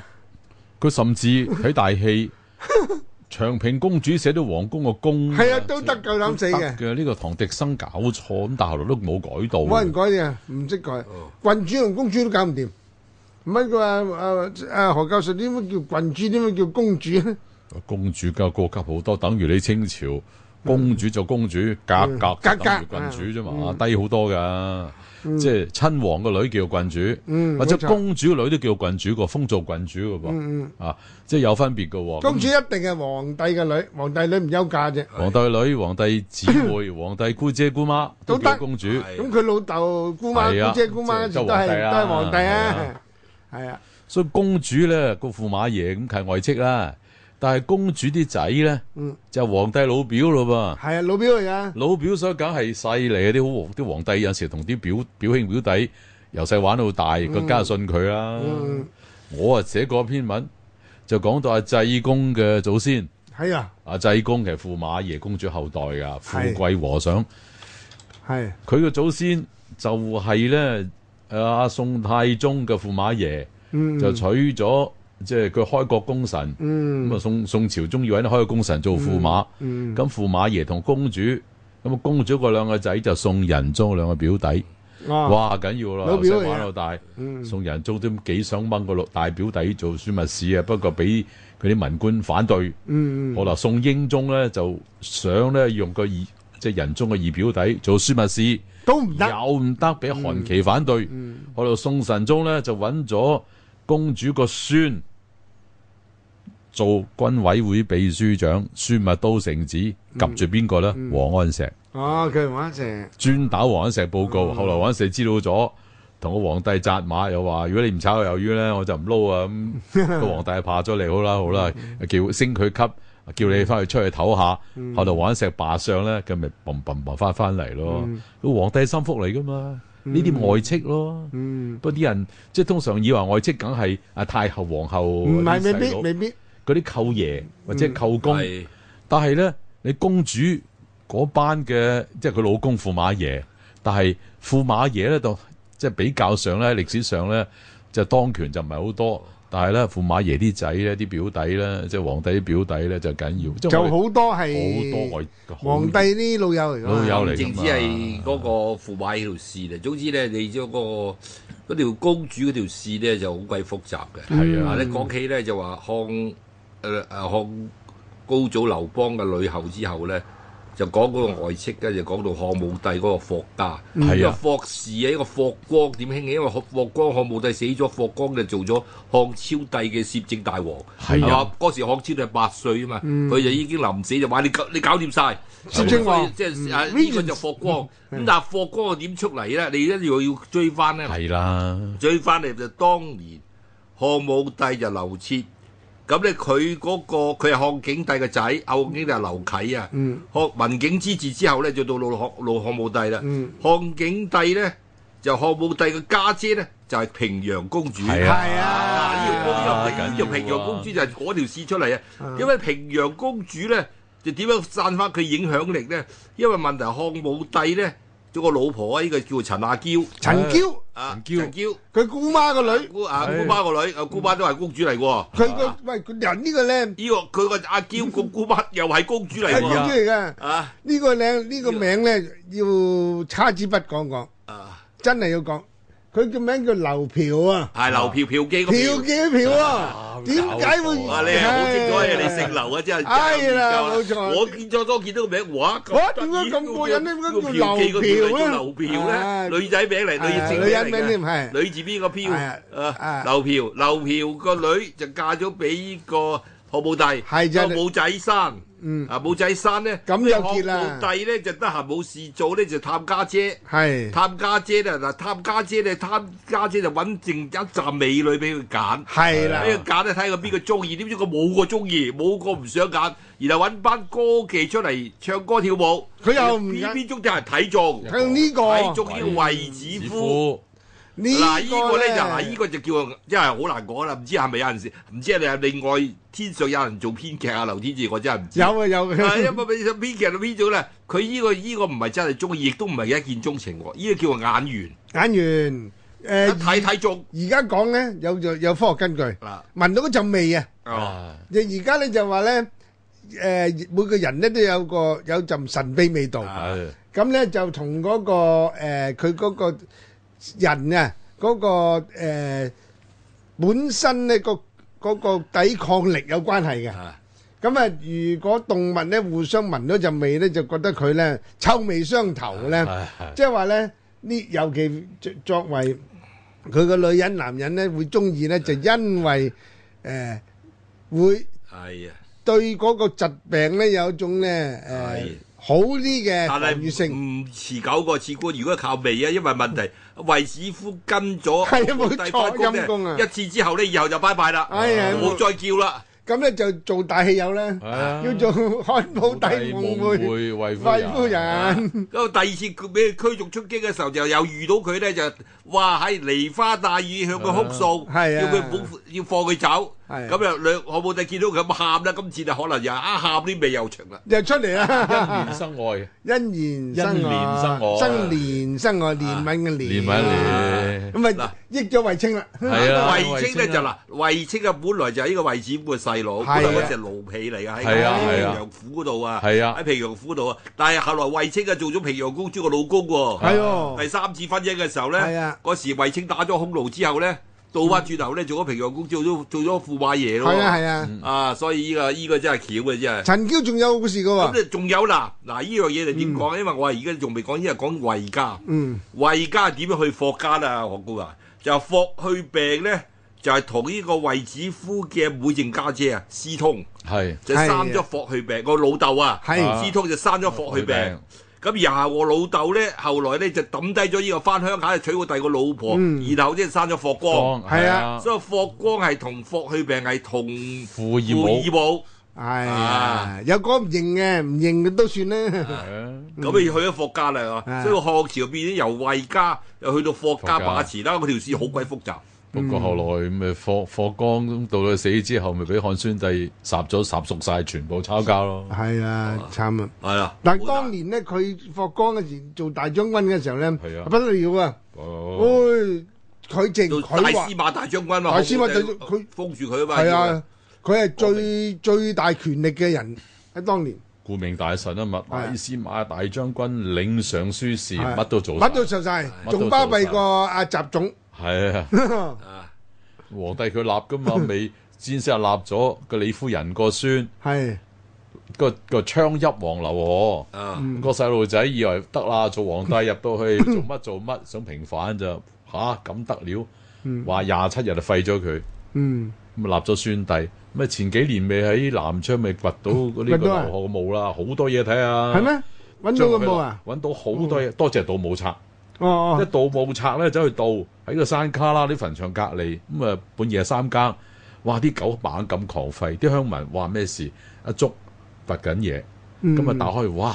S4: 佢 甚至睇大戲，長平公主寫到皇宮個宮，
S3: 係啊，都得夠膽死
S4: 嗯得
S3: 嘅，
S4: 嘅。呢個唐迪生搞錯，咁大陸都冇改到。
S3: 冇人改嘅，唔識改。郡主同公主都搞唔掂。唔係佢話啊啊何教授點解叫郡主，點解叫公主咧？
S4: 公主嘅過級好多，等於你清朝公主就公主，格格
S3: 嗯格格嗯
S4: 就等於君主啫嘛，低好多噶。即係親王個女叫郡
S3: 嗯
S4: 主，或者
S3: 冇錯
S4: 公主女都叫郡主個，封做郡主噶
S3: 嗯
S4: 噃，啊，即係有分別噶
S3: 公
S4: 喎。咁
S3: 主一定係皇帝嘅女，皇帝女唔休嫁啫。
S4: 皇帝女、皇帝姊 妹、皇帝姑姐姑媽都
S3: 都得
S4: 叫公主。
S5: 係
S3: 咁佢老豆姑媽、
S4: 係啊
S3: 姑姐、姑媽
S4: 即係
S3: 都
S4: 都
S3: 係
S4: 係皇帝啦
S3: 都係皇帝
S4: 係
S3: 啊，係啊。
S4: 所以公主咧個驸馬爺咁係外戚啦，但係公主啲仔咧
S3: 嗯
S4: 就皇帝老表咯
S3: 係啊，老表嚟噶
S4: 噃，，老表所以梗係細嚟啲好啲皇帝有時同啲表表兄表弟由細玩到大，佢梗係信佢啦。
S3: 嗯
S4: 我啊寫過篇文就講到阿濟公嘅祖先，
S3: 係啊，
S4: 阿濟公其實驸馬爺公主後代噶，富
S3: 係
S4: 貴和尚。
S3: 係
S4: 佢嘅祖先就係咧阿宋太宗嘅驸馬爺，
S3: 嗯
S4: 就娶咗即係佢開國功臣。
S3: 嗯
S4: 咁啊，宋宋朝中意揾開個功臣做驸馬，
S3: 嗯
S4: 咁驸馬爺同公主，咁啊公主嗰兩個仔就宋仁宗兩個表弟，
S3: 哦，
S4: 哇緊要啦，
S3: 老
S4: 由
S3: 表嚟
S4: 細玩到大，
S3: 嗯
S4: 宋仁宗都幾想掹個六大表弟做樞密使啊，不過俾佢啲文官反對，
S3: 嗯
S4: 好啦，宋英宗咧就想咧用個二即係仁宗嘅二表弟做樞密使，
S3: 都唔得。嗯
S4: 又唔得，俾韓琦反對。去到宋神宗咧，就揾咗公主個孫做軍委會秘書長，孫咪都成子，
S3: 嗯
S4: 及住邊個咧？王安石
S3: Ờ,
S6: 哦，佢唔玩成，
S4: 專打王安石報
S3: 嗯
S4: 告。後來王安石知道咗，同個皇帝扎馬，又話：如果你唔炒我魷魚咧，我就唔撈啊！咁個皇帝就怕咗你，好啦好啦，
S3: 嗯
S4: 叫升佢級。叫你翻去出去唞下，後來王安石罷相咧，咁咪嘣嘣嘣翻翻嚟咯。
S3: 嗯
S4: 個皇帝心腹嚟噶嘛，呢啲外戚咯。
S3: Ừ.
S6: 嗯，
S4: 不過啲人即係通常以為外戚梗係啊太后、皇后，
S3: 唔
S4: 唔
S3: 係未必未嗯必，
S4: 嗰啲舅爺或者舅公，
S5: 係
S4: 但係咧你公主嗰班嘅即係佢老公驸馬爺，但係驸馬爺咧就即係比較上咧歷史上咧就當權就唔係好多，但係咧驸馬爺啲仔咧啲表弟咧即係皇帝啲表弟咧就緊要，即係
S3: 就
S4: 我
S3: 好
S4: 哋
S3: 多
S4: 好多
S3: 係
S4: 外
S3: 皇帝啲老友嚟㗎嘛
S4: 老友嚟㗎嘛
S5: 正只係嗰個驸馬呢條線啊嚟。總之咧，你嗰、個嗰條公主嗰條線咧就好鬼複雜嘅。
S4: 係啊
S5: 啊，你講起咧就話漢誒誒漢高祖劉邦嘅呂后之後咧，就講嗰個外戚，跟住講到漢武帝嗰個霍家，
S4: 嗯
S5: 呢
S4: 係
S5: 個
S4: 啊
S5: 霍氏啊，呢個霍光點興起？因為霍霍光漢武帝死咗，霍光就做咗漢昭帝嘅攝政大王，
S4: 係啊嗯
S5: 嘛？嗰時漢昭帝八歲啊嘛，佢就已經臨死就話你搞你搞掂晒。
S3: 攝政王
S5: 即係啊呢個就霍光。
S4: 嗯
S5: 咁但係霍光點出嚟咧？你一定要要追翻咧。
S4: 係啊啦，
S5: 追翻嚟就當年漢武帝就劉徹，咁咧佢嗰個佢係漢景帝嘅仔，啊漢景帝係劉啟啊。
S6: 嗯
S5: 漢文景之治之後咧，就到老漢老漢武帝啦。
S6: 嗯
S5: 漢景帝咧就漢武帝嘅家姐咧就係平陽公主。
S4: 係啊
S3: 係
S5: 啊！呢
S3: 啊，
S5: 個呢個
S4: 緊
S5: 呢
S4: 要
S5: 個
S4: 啊
S5: 平陽公主就係嗰條線出嚟啊！因為平陽公主咧，就點樣散發佢影響力咧？因為問題係漢武帝咧，咗個老婆啊，呢個叫陳阿嬌
S3: 陳嬌
S5: 啊，
S4: 陳嬌
S5: 陳嬌。
S3: 佢姑媽個女，
S5: 姑啊，
S4: 係
S5: 姑媽個女，啊姑媽都係公主嚟喎。
S3: 佢個喂佢人呢個靚
S5: 呢個佢個阿嬌個姑媽又係公主嚟
S3: 係
S4: 啊
S3: 公
S5: 喎。
S3: 主嚟㗎。
S5: 啊
S3: 呢個名呢個名咧要叉支筆講講，
S5: 啊，
S3: 真係要講。佢個名叫劉嫖啊，
S5: 係劉嫖嫖姬個
S3: 嫖
S5: 嫖。
S3: 嘅嫖啊，點解會？
S5: 哇！你係好清楚嘅，你姓劉啊，真係。
S3: 哎啦
S5: 真係唔知㗎
S3: 冇錯
S5: 我見咗多見到個名，哇！
S3: 哇點解咁過癮呢點解叫
S5: 嫖妓個
S3: 劉
S5: 嫖
S3: 嫖
S5: 咧？
S3: 咧
S5: 劉
S3: 啊
S5: 嫖咧，女仔名嚟，女
S3: 係
S5: 性
S3: 女人
S5: 名
S3: 名
S5: 嚟
S3: 添
S5: 嘅。
S3: 係。
S5: 女字邊個飄
S3: 係啊
S5: 啊
S3: 啊？
S5: 劉嫖，劉嫖個女就嫁咗俾呢個漢武帝，
S3: 係就
S5: 就冇仔生。
S3: 嗯
S5: 啊冇仔生咧，
S3: 咁就結啦
S5: 漢武帝咧就得閒冇事做咧就探家姐。
S3: 係
S5: 探家姐咧，嗱探家姐咧，探家姐就揾剩一站美女俾佢揀，
S3: 係啦，
S5: 俾佢揀咧睇下邊個中意，點知佢冇個中意，冇個唔想揀，然後揾班歌妓出嚟唱歌跳舞，
S3: 佢又唔
S5: 偏
S3: 揀
S5: 偏中就係睇中，
S3: 睇呢
S5: 睇
S3: 個
S5: 中呢個衛子夫。
S4: 夫
S3: 呢
S5: 嗱，呢個
S3: 個
S5: 咧
S3: 咧
S5: 就嗱，呢個就叫做真係好難講啦，唔知係咪有陣時，唔知係咪有另外天上有人做編劇啊，劉天志，我真係唔知。
S3: 有啊有
S5: 係因為你編劇就編咗啦，佢呢個呢個唔係真係中意，亦都唔係一見鍾情喎，呢個叫做眼緣。
S3: 眼
S5: 啊
S3: 緣
S5: 一
S3: 誒。嗯
S5: 睇睇中
S3: 呃而家講咧有有有科學根據，
S5: 嗱，
S3: 聞到嗰陣味啊！
S5: 哦，
S3: 而而家咧就話咧，誒每個人咧都有個有陣神秘味
S5: 啊
S3: 道。
S4: 係
S3: 咁咧就同嗰、個誒佢嗰個人啊，嗰、個、呃、本身咧個嗰個抵抗力有關係嘅。
S5: 啊
S3: 咁啊，如果動物咧互相聞到陣味咧，就覺得佢咧臭味相投咧，
S4: 係
S3: 即係話咧呢，尤其作作為佢個女人、男人咧會中意咧，就因為誒、呃、會
S5: 係啊，
S3: 對嗰個疾病咧有一種咧誒、呃
S5: 係
S3: 好啲嘅
S5: 但
S3: 防禦
S5: 係
S3: 性。
S5: 唔持久過刺官，如果靠味啊，因為問題衛子夫跟咗
S3: 嗯係啊冇
S5: 皇帝
S3: 錯
S5: 翻工咧
S3: 陰公啊
S5: 一次之後咧，以後就拜拜啦，
S3: 哎呀
S5: 冇再叫啦。
S3: 咁咧就做大戲友啦，
S4: 啊
S3: 要做 漢武帝
S4: 武帝
S3: 夢會
S4: 夢會
S3: 貴
S4: 衛
S3: 夫
S4: 夫人。
S3: 人，
S5: 咁啊第二次佢俾佢驅逐出京嘅時候，就又遇到佢咧，就哇喺梨花帶雨向佢哭訴，
S3: 係啊
S5: 要佢唔好要放佢走。
S3: 係啊
S5: 咁又兩我冇帝見到佢咁喊啦，今次就可能又啊喊啲味又長啦。
S3: 又出嚟啦，
S4: 年生愛，
S3: 欣年生
S4: 欣然生
S3: 我，
S4: 我
S3: 生年生我，憐憫嘅
S4: 年
S3: 憐，
S4: 咪年，
S3: 咁
S5: 嗱
S3: 啊益咗衛青啦，
S4: 係啊，
S5: 衛青咧就嗱，衛青啊本來就係呢個衛子夫嘅細佬，
S3: 係啊
S5: 本來嗰隻奴婢嚟㗎，喺
S4: 係啊
S5: 喺
S4: 係
S5: 平
S4: 啊
S5: 陽府嗰度啊，
S4: 係啊
S5: 喺平陽府度啊，但係後來衛青啊做咗平陽公主個老公喎，
S3: 係喎啊
S5: 第三次婚姻嘅時候咧
S3: 係啊，
S5: 嗰時衛青打咗匈奴之後咧，倒翻轉頭咧，做咗平陽公，做咗做咗驸馬爺咯。
S3: 係啊係啊，
S5: 啊，所以呢、個呢、個真係巧嘅真係。
S3: 陳嬌仲有故事噶
S5: 咁
S3: 喎，
S5: 你仲有嗱嗱呢樣嘢就點講咧？因為我係而家仲未講，因為講衞家。
S3: 嗯，
S5: 衞家點樣去霍家啊？何故啊？就霍去病咧，就係同呢個衛子夫嘅妹正家姐啊，私通
S4: 係
S5: 就
S3: 係
S5: 生咗霍去病。我老豆啊，
S3: 係
S5: 私通就生咗啊霍去病。咁然後我老豆咧，後來咧就抌低咗呢個翻鄉下，娶過第二個老婆，
S3: 嗯
S5: 然後即係生咗霍光。
S4: 光
S3: 係
S4: 係
S3: 啊
S4: 啊，
S5: 所以霍光係同霍去病係同
S4: 父義
S5: 父
S4: 母
S5: 異母。
S3: 係啊
S5: 啊，
S3: 有個唔認嘅，唔認嘅都算啦，
S4: 係啊
S5: 咁你去咗霍家啦，
S3: 嗯啊
S5: 所以漢朝變咗由衛家又去到霍家把持啦，嗰條線好鬼複雜。
S4: 不過後來咪霍霍光到佢死之後，咪俾漢宣帝殺咗殺熟晒，全部抄家咯。
S3: 係啊，慘啊！
S5: 係啦，
S3: 但
S5: 好
S3: 係
S5: 大
S3: 當年咧，佢霍光嗰時做大將軍嘅時候咧，
S4: 係啊
S3: 不得了啊！
S4: 哦，
S3: 喂，佢淨
S5: 做
S3: 佢
S5: 大
S3: 話
S5: 司馬大將軍啊嘛，
S3: 大司馬
S5: 就
S3: 就佢
S5: 封住佢啊嘛，
S3: 係
S5: 要佢
S3: 啊，佢係
S5: 我
S3: 最最大權力嘅人喺當年，
S4: 顧命大臣啊嘛，大司馬大將軍領尚書事，
S3: 係
S4: 乜都做晒，
S3: 乜都受晒，
S4: 都
S3: 仲巴
S4: 做晒
S3: 閉過阿習總。
S4: 係啊。
S5: 啊，
S4: 皇帝佢立噶嘛，未先先立咗個李夫人個孫，
S3: 係
S4: 個個昌邑王劉河，
S5: 啊
S4: 個細路仔以為得啦，做皇帝入到 去做乜做乜，想平反就吓咁得了，話廿七日就廢咗佢，
S3: 嗯，
S4: 咁啊立咗孫帝。咪前幾年咪喺南昌咪掘到嗰呢
S3: 掘
S4: 個
S3: 到啊
S4: 劉河墓啦，好多嘢睇啊！
S3: 係？咩？揾到個墓啊？
S4: 揾到好多嘢，多謝盜墓賊。
S3: 哦
S4: 一
S3: 哦，
S4: 盜墓賊咧走去盜喺個山卡啦啲墳場隔離，咁啊半夜三更，哇啲狗猛咁狂吠，啲鄉民話咩事？阿叔掘緊嘢，咁啊打開，哇！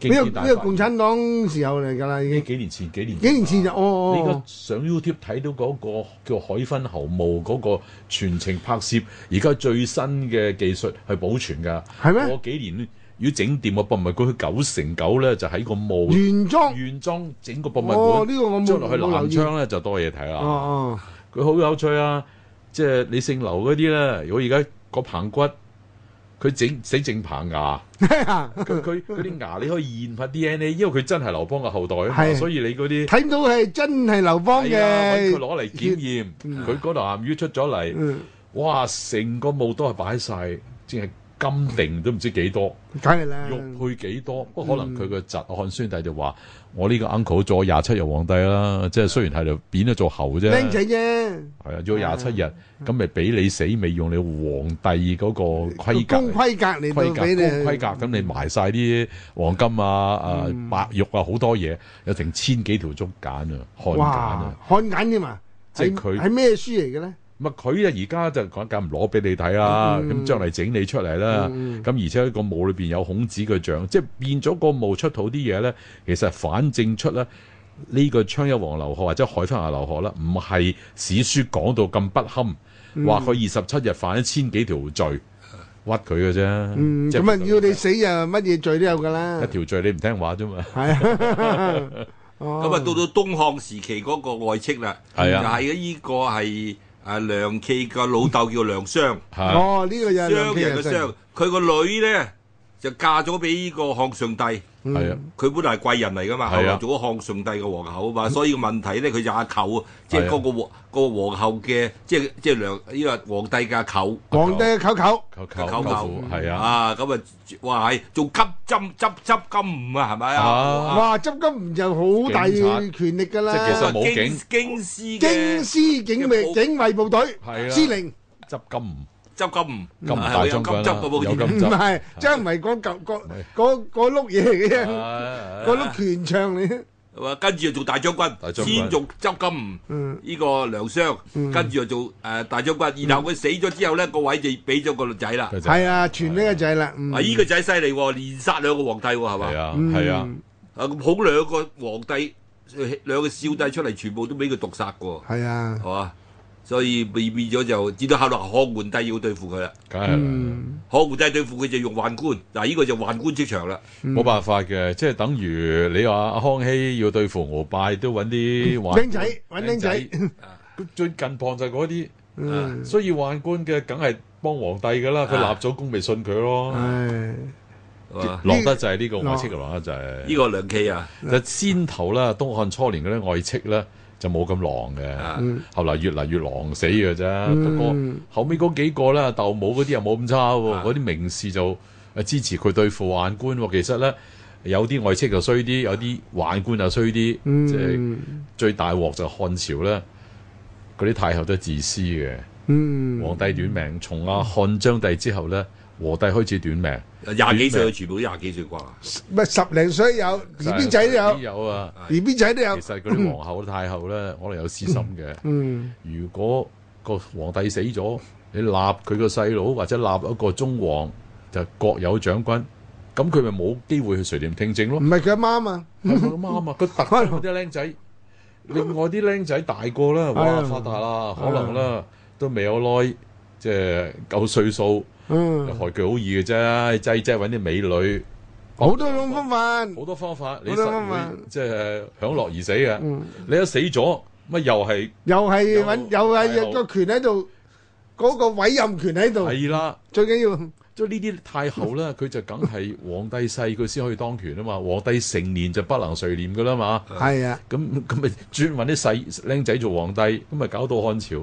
S3: 嗯呢
S4: 驚
S3: 個
S4: 天大
S3: 呢
S4: 發
S3: 個共產黨時候嚟㗎啦，已
S4: 呢
S3: 經
S4: 幾年前幾年
S3: 幾年前就哦
S4: 啊你而
S3: 哦
S4: 家上 YouTube 睇到嗰個叫海昏侯墓嗰個全程拍攝，而家最新嘅技術去保存㗎。
S3: 係咩
S4: 過幾年如果整掂個博物館，佢九成九咧就喺個
S3: 哦
S4: 墓
S3: 原裝
S4: 原裝整個博物
S3: 哦
S4: 館，
S3: 呢個我冇
S4: 將落去
S3: 冇留
S4: 南
S3: 意
S4: 昌咧就多嘢睇啦。
S3: 哦哦，
S4: 佢好有趣啊！即係你姓劉嗰啲咧，如果而家個棚骨，佢整整正棚牙，佢佢佢啲牙你可以驗下 DNA，因為佢真係劉邦嘅後代啊嘛，
S3: 係
S4: 所以你嗰啲
S3: 睇到係真係劉邦
S4: 係啊揾佢
S3: 嘅，
S4: 攞嚟檢驗，佢嗰度鹹魚出咗嚟，
S3: 嗯，
S4: 哇！成個墓都係擺晒，淨係金定都唔知幾多。
S3: 梗係啦，
S4: 玉配幾多？不過可能佢個侄
S3: 嗯
S4: 漢宣帝就話：我呢個 uncle 做廿七日皇帝啦，即係雖然係就貶咗做侯啫，
S3: 靚仔啫，
S4: 係啊，做廿七日，咁咪俾你死未用你皇帝嗰個規格
S3: 公
S4: 嚟。
S3: 規格嚟
S4: 規
S3: 到
S4: 格
S3: 俾你，
S4: 高規格，咁你埋晒啲黃金啊、啊
S3: 嗯
S4: 白玉啊，好多嘢，有成千幾條竹簡啊、漢簡
S3: 哇
S4: 啊，，
S3: 漢簡添啊！
S4: 即係佢
S3: 係係咩書嚟嘅咧？
S4: 咁啊佢啊而家就講梗唔攞俾你睇啦，
S3: 嗯
S4: 咁將嚟整理出嚟啦。咁而且個墓裏邊有孔子嘅像，即係變咗個墓出土啲嘢咧，其實反證出咧呢個昌邑王劉河或者海昏侯劉河啦，唔係史書講到咁不堪，
S3: 嗯
S4: 話佢二十七日犯一千幾條罪，屈佢嘅啫。
S3: 嗯，
S4: 即係
S3: 咁啊
S4: 佢
S3: 要你死啊，乜嘢罪都有㗎啦
S4: 一，條罪你唔聽話啫嘛。
S3: 係啊，咁
S5: 咁啊到到東漢時期嗰個外戚啦，
S4: 係啊
S5: 就係呢個係啊梁冀個老豆叫 梁商，
S4: 嚇
S3: 哦呢個有
S5: 商
S3: 兩
S5: 人嘅
S3: 件
S5: 商，佢個女咧就嫁咗俾呢個漢順帝。
S3: 嗯
S4: 係啊，
S5: 佢本來係貴人嚟噶嘛，
S4: 係啊嗯
S5: 後來做咗漢順帝嘅皇后啊嘛，所以個問題咧，佢就阿舅，即係
S4: 係啊
S5: 嗰個皇個皇后嘅，即係即係梁呢個皇帝嘅阿舅
S3: 皇帝嘅舅舅。
S4: 舅舅舅
S5: 舅
S4: 父係啊，
S5: 啊，咁啊，哇係做急針執執金吾啊，係咪
S4: 啊
S5: 啊？哇
S3: 哇！執金唔就好大權力㗎啦，
S4: 警察即係其實冇
S5: 京京師
S3: 京
S5: 嘅
S3: 師警
S5: 嘅
S3: 衛
S5: 部
S3: 警衛部隊
S4: 係啦
S3: 司令，
S4: 執金
S5: 執金吾，
S4: 金
S5: 啊
S4: 大
S5: 有
S4: 將
S5: 金
S4: 軍
S5: 執嘅
S4: 啦，有
S5: 喎，
S4: 金
S3: 唔
S4: 執。
S3: 係張唔係講舊嗰嗰嗰碌嘢嚟嘅，
S4: À. 啊
S3: 嗰碌權杖嚟。
S5: 係嘛跟住就做大將
S4: 大將
S5: 軍，
S4: 軍
S5: 先做執金
S3: 嗯
S5: 吾，呢個梁商，跟住就做誒大將軍，然後佢死咗之後咧，個位就俾咗個仔啦。
S4: 佢就
S3: 係啊，傳呢個仔啦。嗯
S5: 啊！依個仔犀利喎，連殺兩個皇帝喎，係嘛
S4: 係？啊係啊。
S5: 啊咁好兩個皇帝，呃兩個少帝出嚟，全部都俾佢毒殺過，
S3: 係啊，
S5: 係嘛？所以變變咗就，至到後來漢桓帝要對付佢啦。
S4: 梗係啊啦
S5: 漢桓帝對付佢就用宦官，嗱呢個就宦官職場啦。
S4: 冇辦法嘅，即係等於你話阿康熙要對付鳌拜，都揾啲宦
S3: 僆仔揾僆仔
S4: 僆仔啊最近傍就係嗰啲，啊所以宦官嘅梗係幫皇帝噶啦，佢
S5: 啊
S4: 立咗功咪信佢
S3: 啊
S4: 咯，
S3: 唉，
S5: 係嘛
S4: 落得就係呢個外戚嘅落得就係
S5: 呢個梁冀啊，
S4: 就先頭啦，東漢初年嗰啲外戚咧，就冇咁狼嘅。
S5: 啊
S4: 後嚟越嚟越狼死嘅啫。
S3: 嗯
S4: 不過後尾嗰幾個咧，鬥武嗰啲又冇咁差喎，
S5: 啊
S4: 嗰啲名士就誒支持佢對付宦官喎。其實咧，有啲外戚就衰啲，有啲宦官就衰啲，
S3: 嗯
S4: 即係最大鑊就漢朝咧，嗰啲太后都係自私嘅。
S3: 嗯，
S4: 皇帝短命，從阿漢章帝之後咧，和帝開始短命，
S5: 廿幾歲，啊全部都廿幾歲啩。
S3: 咪十零歲有，B B 仔都有
S4: 有啊。
S3: ，B B 仔都有
S4: 其，實嗰啲皇后太后咧，可能有私心嘅。
S3: 嗯
S4: 如果個皇帝死咗，你立佢個細佬或者立一個中皇，就各有長君，咁佢咪冇機會去垂簾聽政咯
S3: 唔。係佢阿媽嘛，
S4: 係佢 啱啊！佢特登嗰啲僆仔，另外啲僆仔大個 啦，
S3: 係
S4: 哇
S3: 啊
S4: 發達啦，可能啦都未有耐，即係夠歲數，
S3: 嗯，
S4: 害佢好易嘅啫，擠擠揾啲美女，
S3: 好多種方法，
S4: 好多方法，你
S3: 好
S4: 實
S3: 多方法嗯
S4: 會即係享樂而死嘅。你一死咗，乜又係
S3: 又係揾，又係
S4: 有
S3: 有個權喺度，嗰個委任權喺度，
S4: 係啦。
S3: 最緊要。
S4: 即係呢啲太 后咧，佢就梗係皇帝細佢先可以當權啊嘛，皇帝成年就不能垂簾噶啦嘛，
S3: 係啊，
S4: 咁咁咪專揾啲細僆仔做皇帝，咁咪搞到漢朝，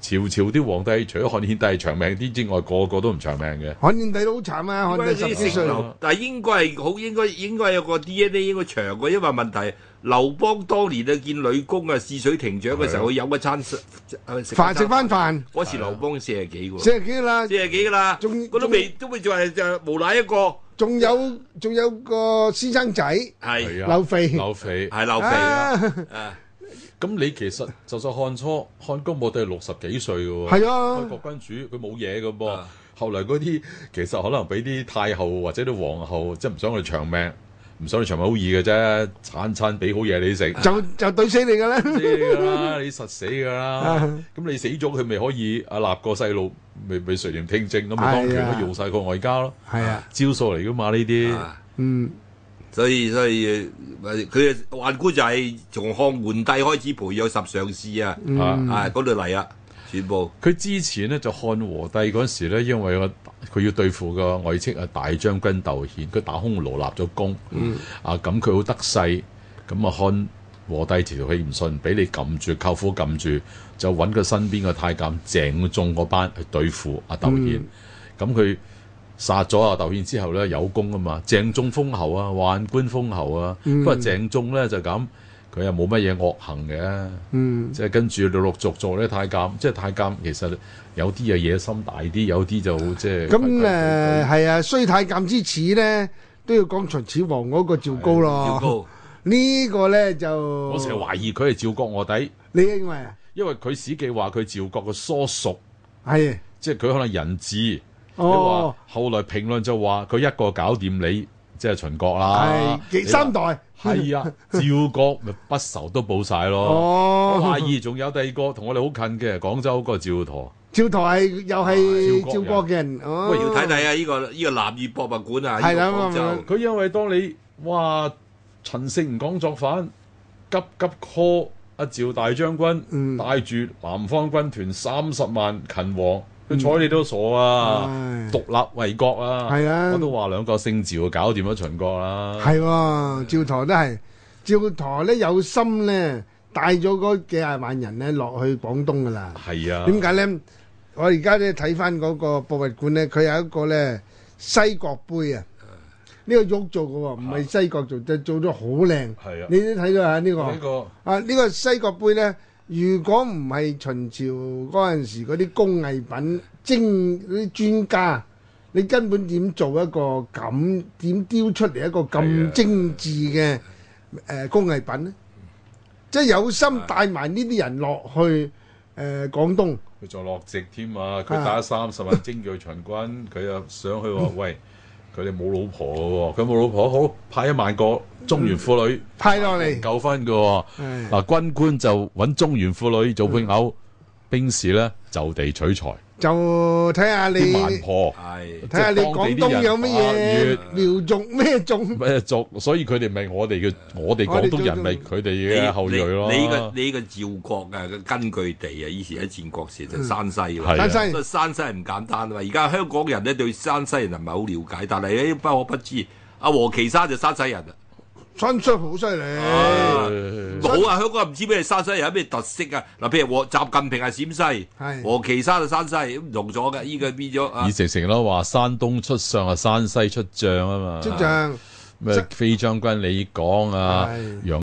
S4: 朝朝啲皇帝除咗漢獻帝係長命啲之外，個個都唔長命嘅。
S3: 韓燕帝都好慘啊，韓帝
S5: 呢
S3: 十
S5: 啲
S3: 幾
S5: 姓
S3: 歲，
S5: 劉，但係應該係好應該應該有個 DNA 應該長過，因為問題劉邦當年啊見呂公啊泗水亭長嘅時候，佢有一餐食啊食一餐
S3: 飯食翻飯，
S5: 嗰時劉邦四十幾喎，
S3: 四十幾啦
S5: 四，十幾㗎啦，
S3: 仲
S5: 佢都未都未就係就無賴一個，
S3: 仲有仲有個私生仔
S5: 係
S4: 係啊
S3: 劉肥，
S4: 劉 肥，
S5: 係劉備啊，
S3: 啊，
S5: 啊
S4: 咁你其實就算漢初漢高武帝六十幾歲嘅喎，
S3: 係
S4: 開
S3: 啊，
S4: 國君主佢冇嘢嘅噃
S5: 啊。
S4: 後嚟嗰啲其實可能俾啲太后或者啲皇后，即係唔想佢哋長命，唔想佢長命好易嘅啫，餐餐俾好嘢你食。
S3: 就就對死你㗎啦，
S4: 死㗎啦，你實死㗎啦
S3: 啊。
S4: 咁你死咗，佢咪可以啊立個細路，咪咪垂簾聽政咁，咪當
S3: 係
S4: 權
S3: 啊
S4: 咯，用晒個外交咯，
S3: 係啊，
S4: 招數嚟㗎嘛呢啲。
S5: 啊
S3: 嗯，
S5: 所以所以呃佢宦官就係從漢桓帝開始培養十常侍啊，
S4: 啊
S5: 啊嗰度嚟啊，全部
S4: 佢之前咧就漢和帝嗰時咧，因為個佢要對付個外戚啊大將軍竇憲，佢打匈奴立咗功，啊咁佢好得勢，咁啊漢和帝條氣唔順，俾你撳住舅父撳住，就揾佢身邊個太監鄭仲嗰班去對付阿竇憲，咁佢、殺咗阿竇憲之後咧有功啊嘛，鄭仲封侯啊，宦官封侯啊，不過鄭仲咧就咁，佢又冇乜嘢惡行嘅。即係跟住陸陸續續咧太監，即係太監其實有啲啊野心大啲，有啲就即係
S3: 咁誒係啊，衰太監之恥咧，都要講秦始皇嗰個趙高
S5: 要
S3: 咯，
S5: 高。
S3: 呢個咧
S4: 我成日
S3: 就
S4: 懷疑佢係趙國卧底，
S3: 你認為啊
S4: 因為佢史記話佢趙國嘅疏屬，
S3: 係
S4: 即係佢可能人質。你話
S3: 哦，
S4: 後來評論就話佢一個搞掂你，即係秦國啦
S3: 係。幾三代
S4: 係啊，趙國咪不仇都報晒咯。我
S3: 哦，
S4: 懷疑仲有第二個同我哋好近嘅廣州嗰個趙佗。
S3: 趙佗係又係
S4: 趙
S3: 趙
S4: 國
S3: 國嘅人，哦
S5: 喂，要睇睇啊！呢個呢個南粵博物館啊，
S3: 係啦
S5: 呢個廣
S3: 咁啊
S5: 州
S4: 佢因為當你哇陳勝唔講作反，急急 call 阿趙大將軍，
S3: 嗯
S4: 帶住南方軍團三十萬勤王，佢睬你都傻啊！
S3: 嗯唉
S4: 獨立為國啊！
S3: 係啊
S4: 我都話兩個姓趙就搞掂咗秦國啦。
S3: 係喎，趙佗都係，趙佗咧有心咧，帶咗嗰幾廿萬人咧落去廣東噶啦。
S4: 係啊，
S3: 點解咧？我而家咧睇翻嗰個博物館咧，佢有一個咧西角杯啊，呢個玉做嘅喎，唔係西角做，就做咗好靚。
S4: 係啊
S3: 你都睇到啊呢個
S4: 呢個
S3: 啊呢個西角杯咧，如果唔係秦朝嗰陣時嗰啲工藝品精嗰啲專家，你根本點做一個咁點雕出嚟一個
S4: 係啊
S3: 咁精緻嘅誒工藝品咧？即係有心帶埋呢啲人落去誒廣東，
S4: 佢仲落籍添啊！佢打三十萬精鋭秦軍，佢又想去話喂，佢哋冇老婆嘅喎，佢冇老婆好派一萬個中原婦女。
S3: 派落嚟。
S4: 夠分嘅喎。
S3: 係
S4: 嗱，軍官就揾中原婦女做配偶，兵士咧就地取材，
S3: 就睇下你
S4: 啲蠻婆
S5: 係
S3: 睇下你
S4: 即係當地
S3: 廣
S4: 啲人
S3: 東有乜嘢
S4: 啊
S3: 苗族咩 種
S4: 咩族，啊所以佢哋咪我哋嘅，我哋廣東人咪佢哋
S5: 你
S4: 嘅啊後裔咯。
S5: 你你個你個趙國啊嘅根據地啊，以前喺戰國時就山西
S4: 係
S5: 喎。
S4: 啊
S3: 嗯山西
S5: 所以山西唔簡單啊嘛！而家香港人咧對山西人唔係好了解，但係咧不可不知，阿和其沙就山西人啊，
S3: 山西好犀利，
S5: 啊
S4: 誒
S5: 冇冇啊！香港唔知咩山西人有咩特色啊？嗱，譬如我習近平係陝西，
S7: 係
S5: 何其山係山西，咁唔同咗嘅，依個變咗啊
S4: 以！成成咯話山東出相啊，山西出將啊嘛，
S7: 出象。
S4: 咩飛將軍李廣啊
S7: 係，
S4: 楊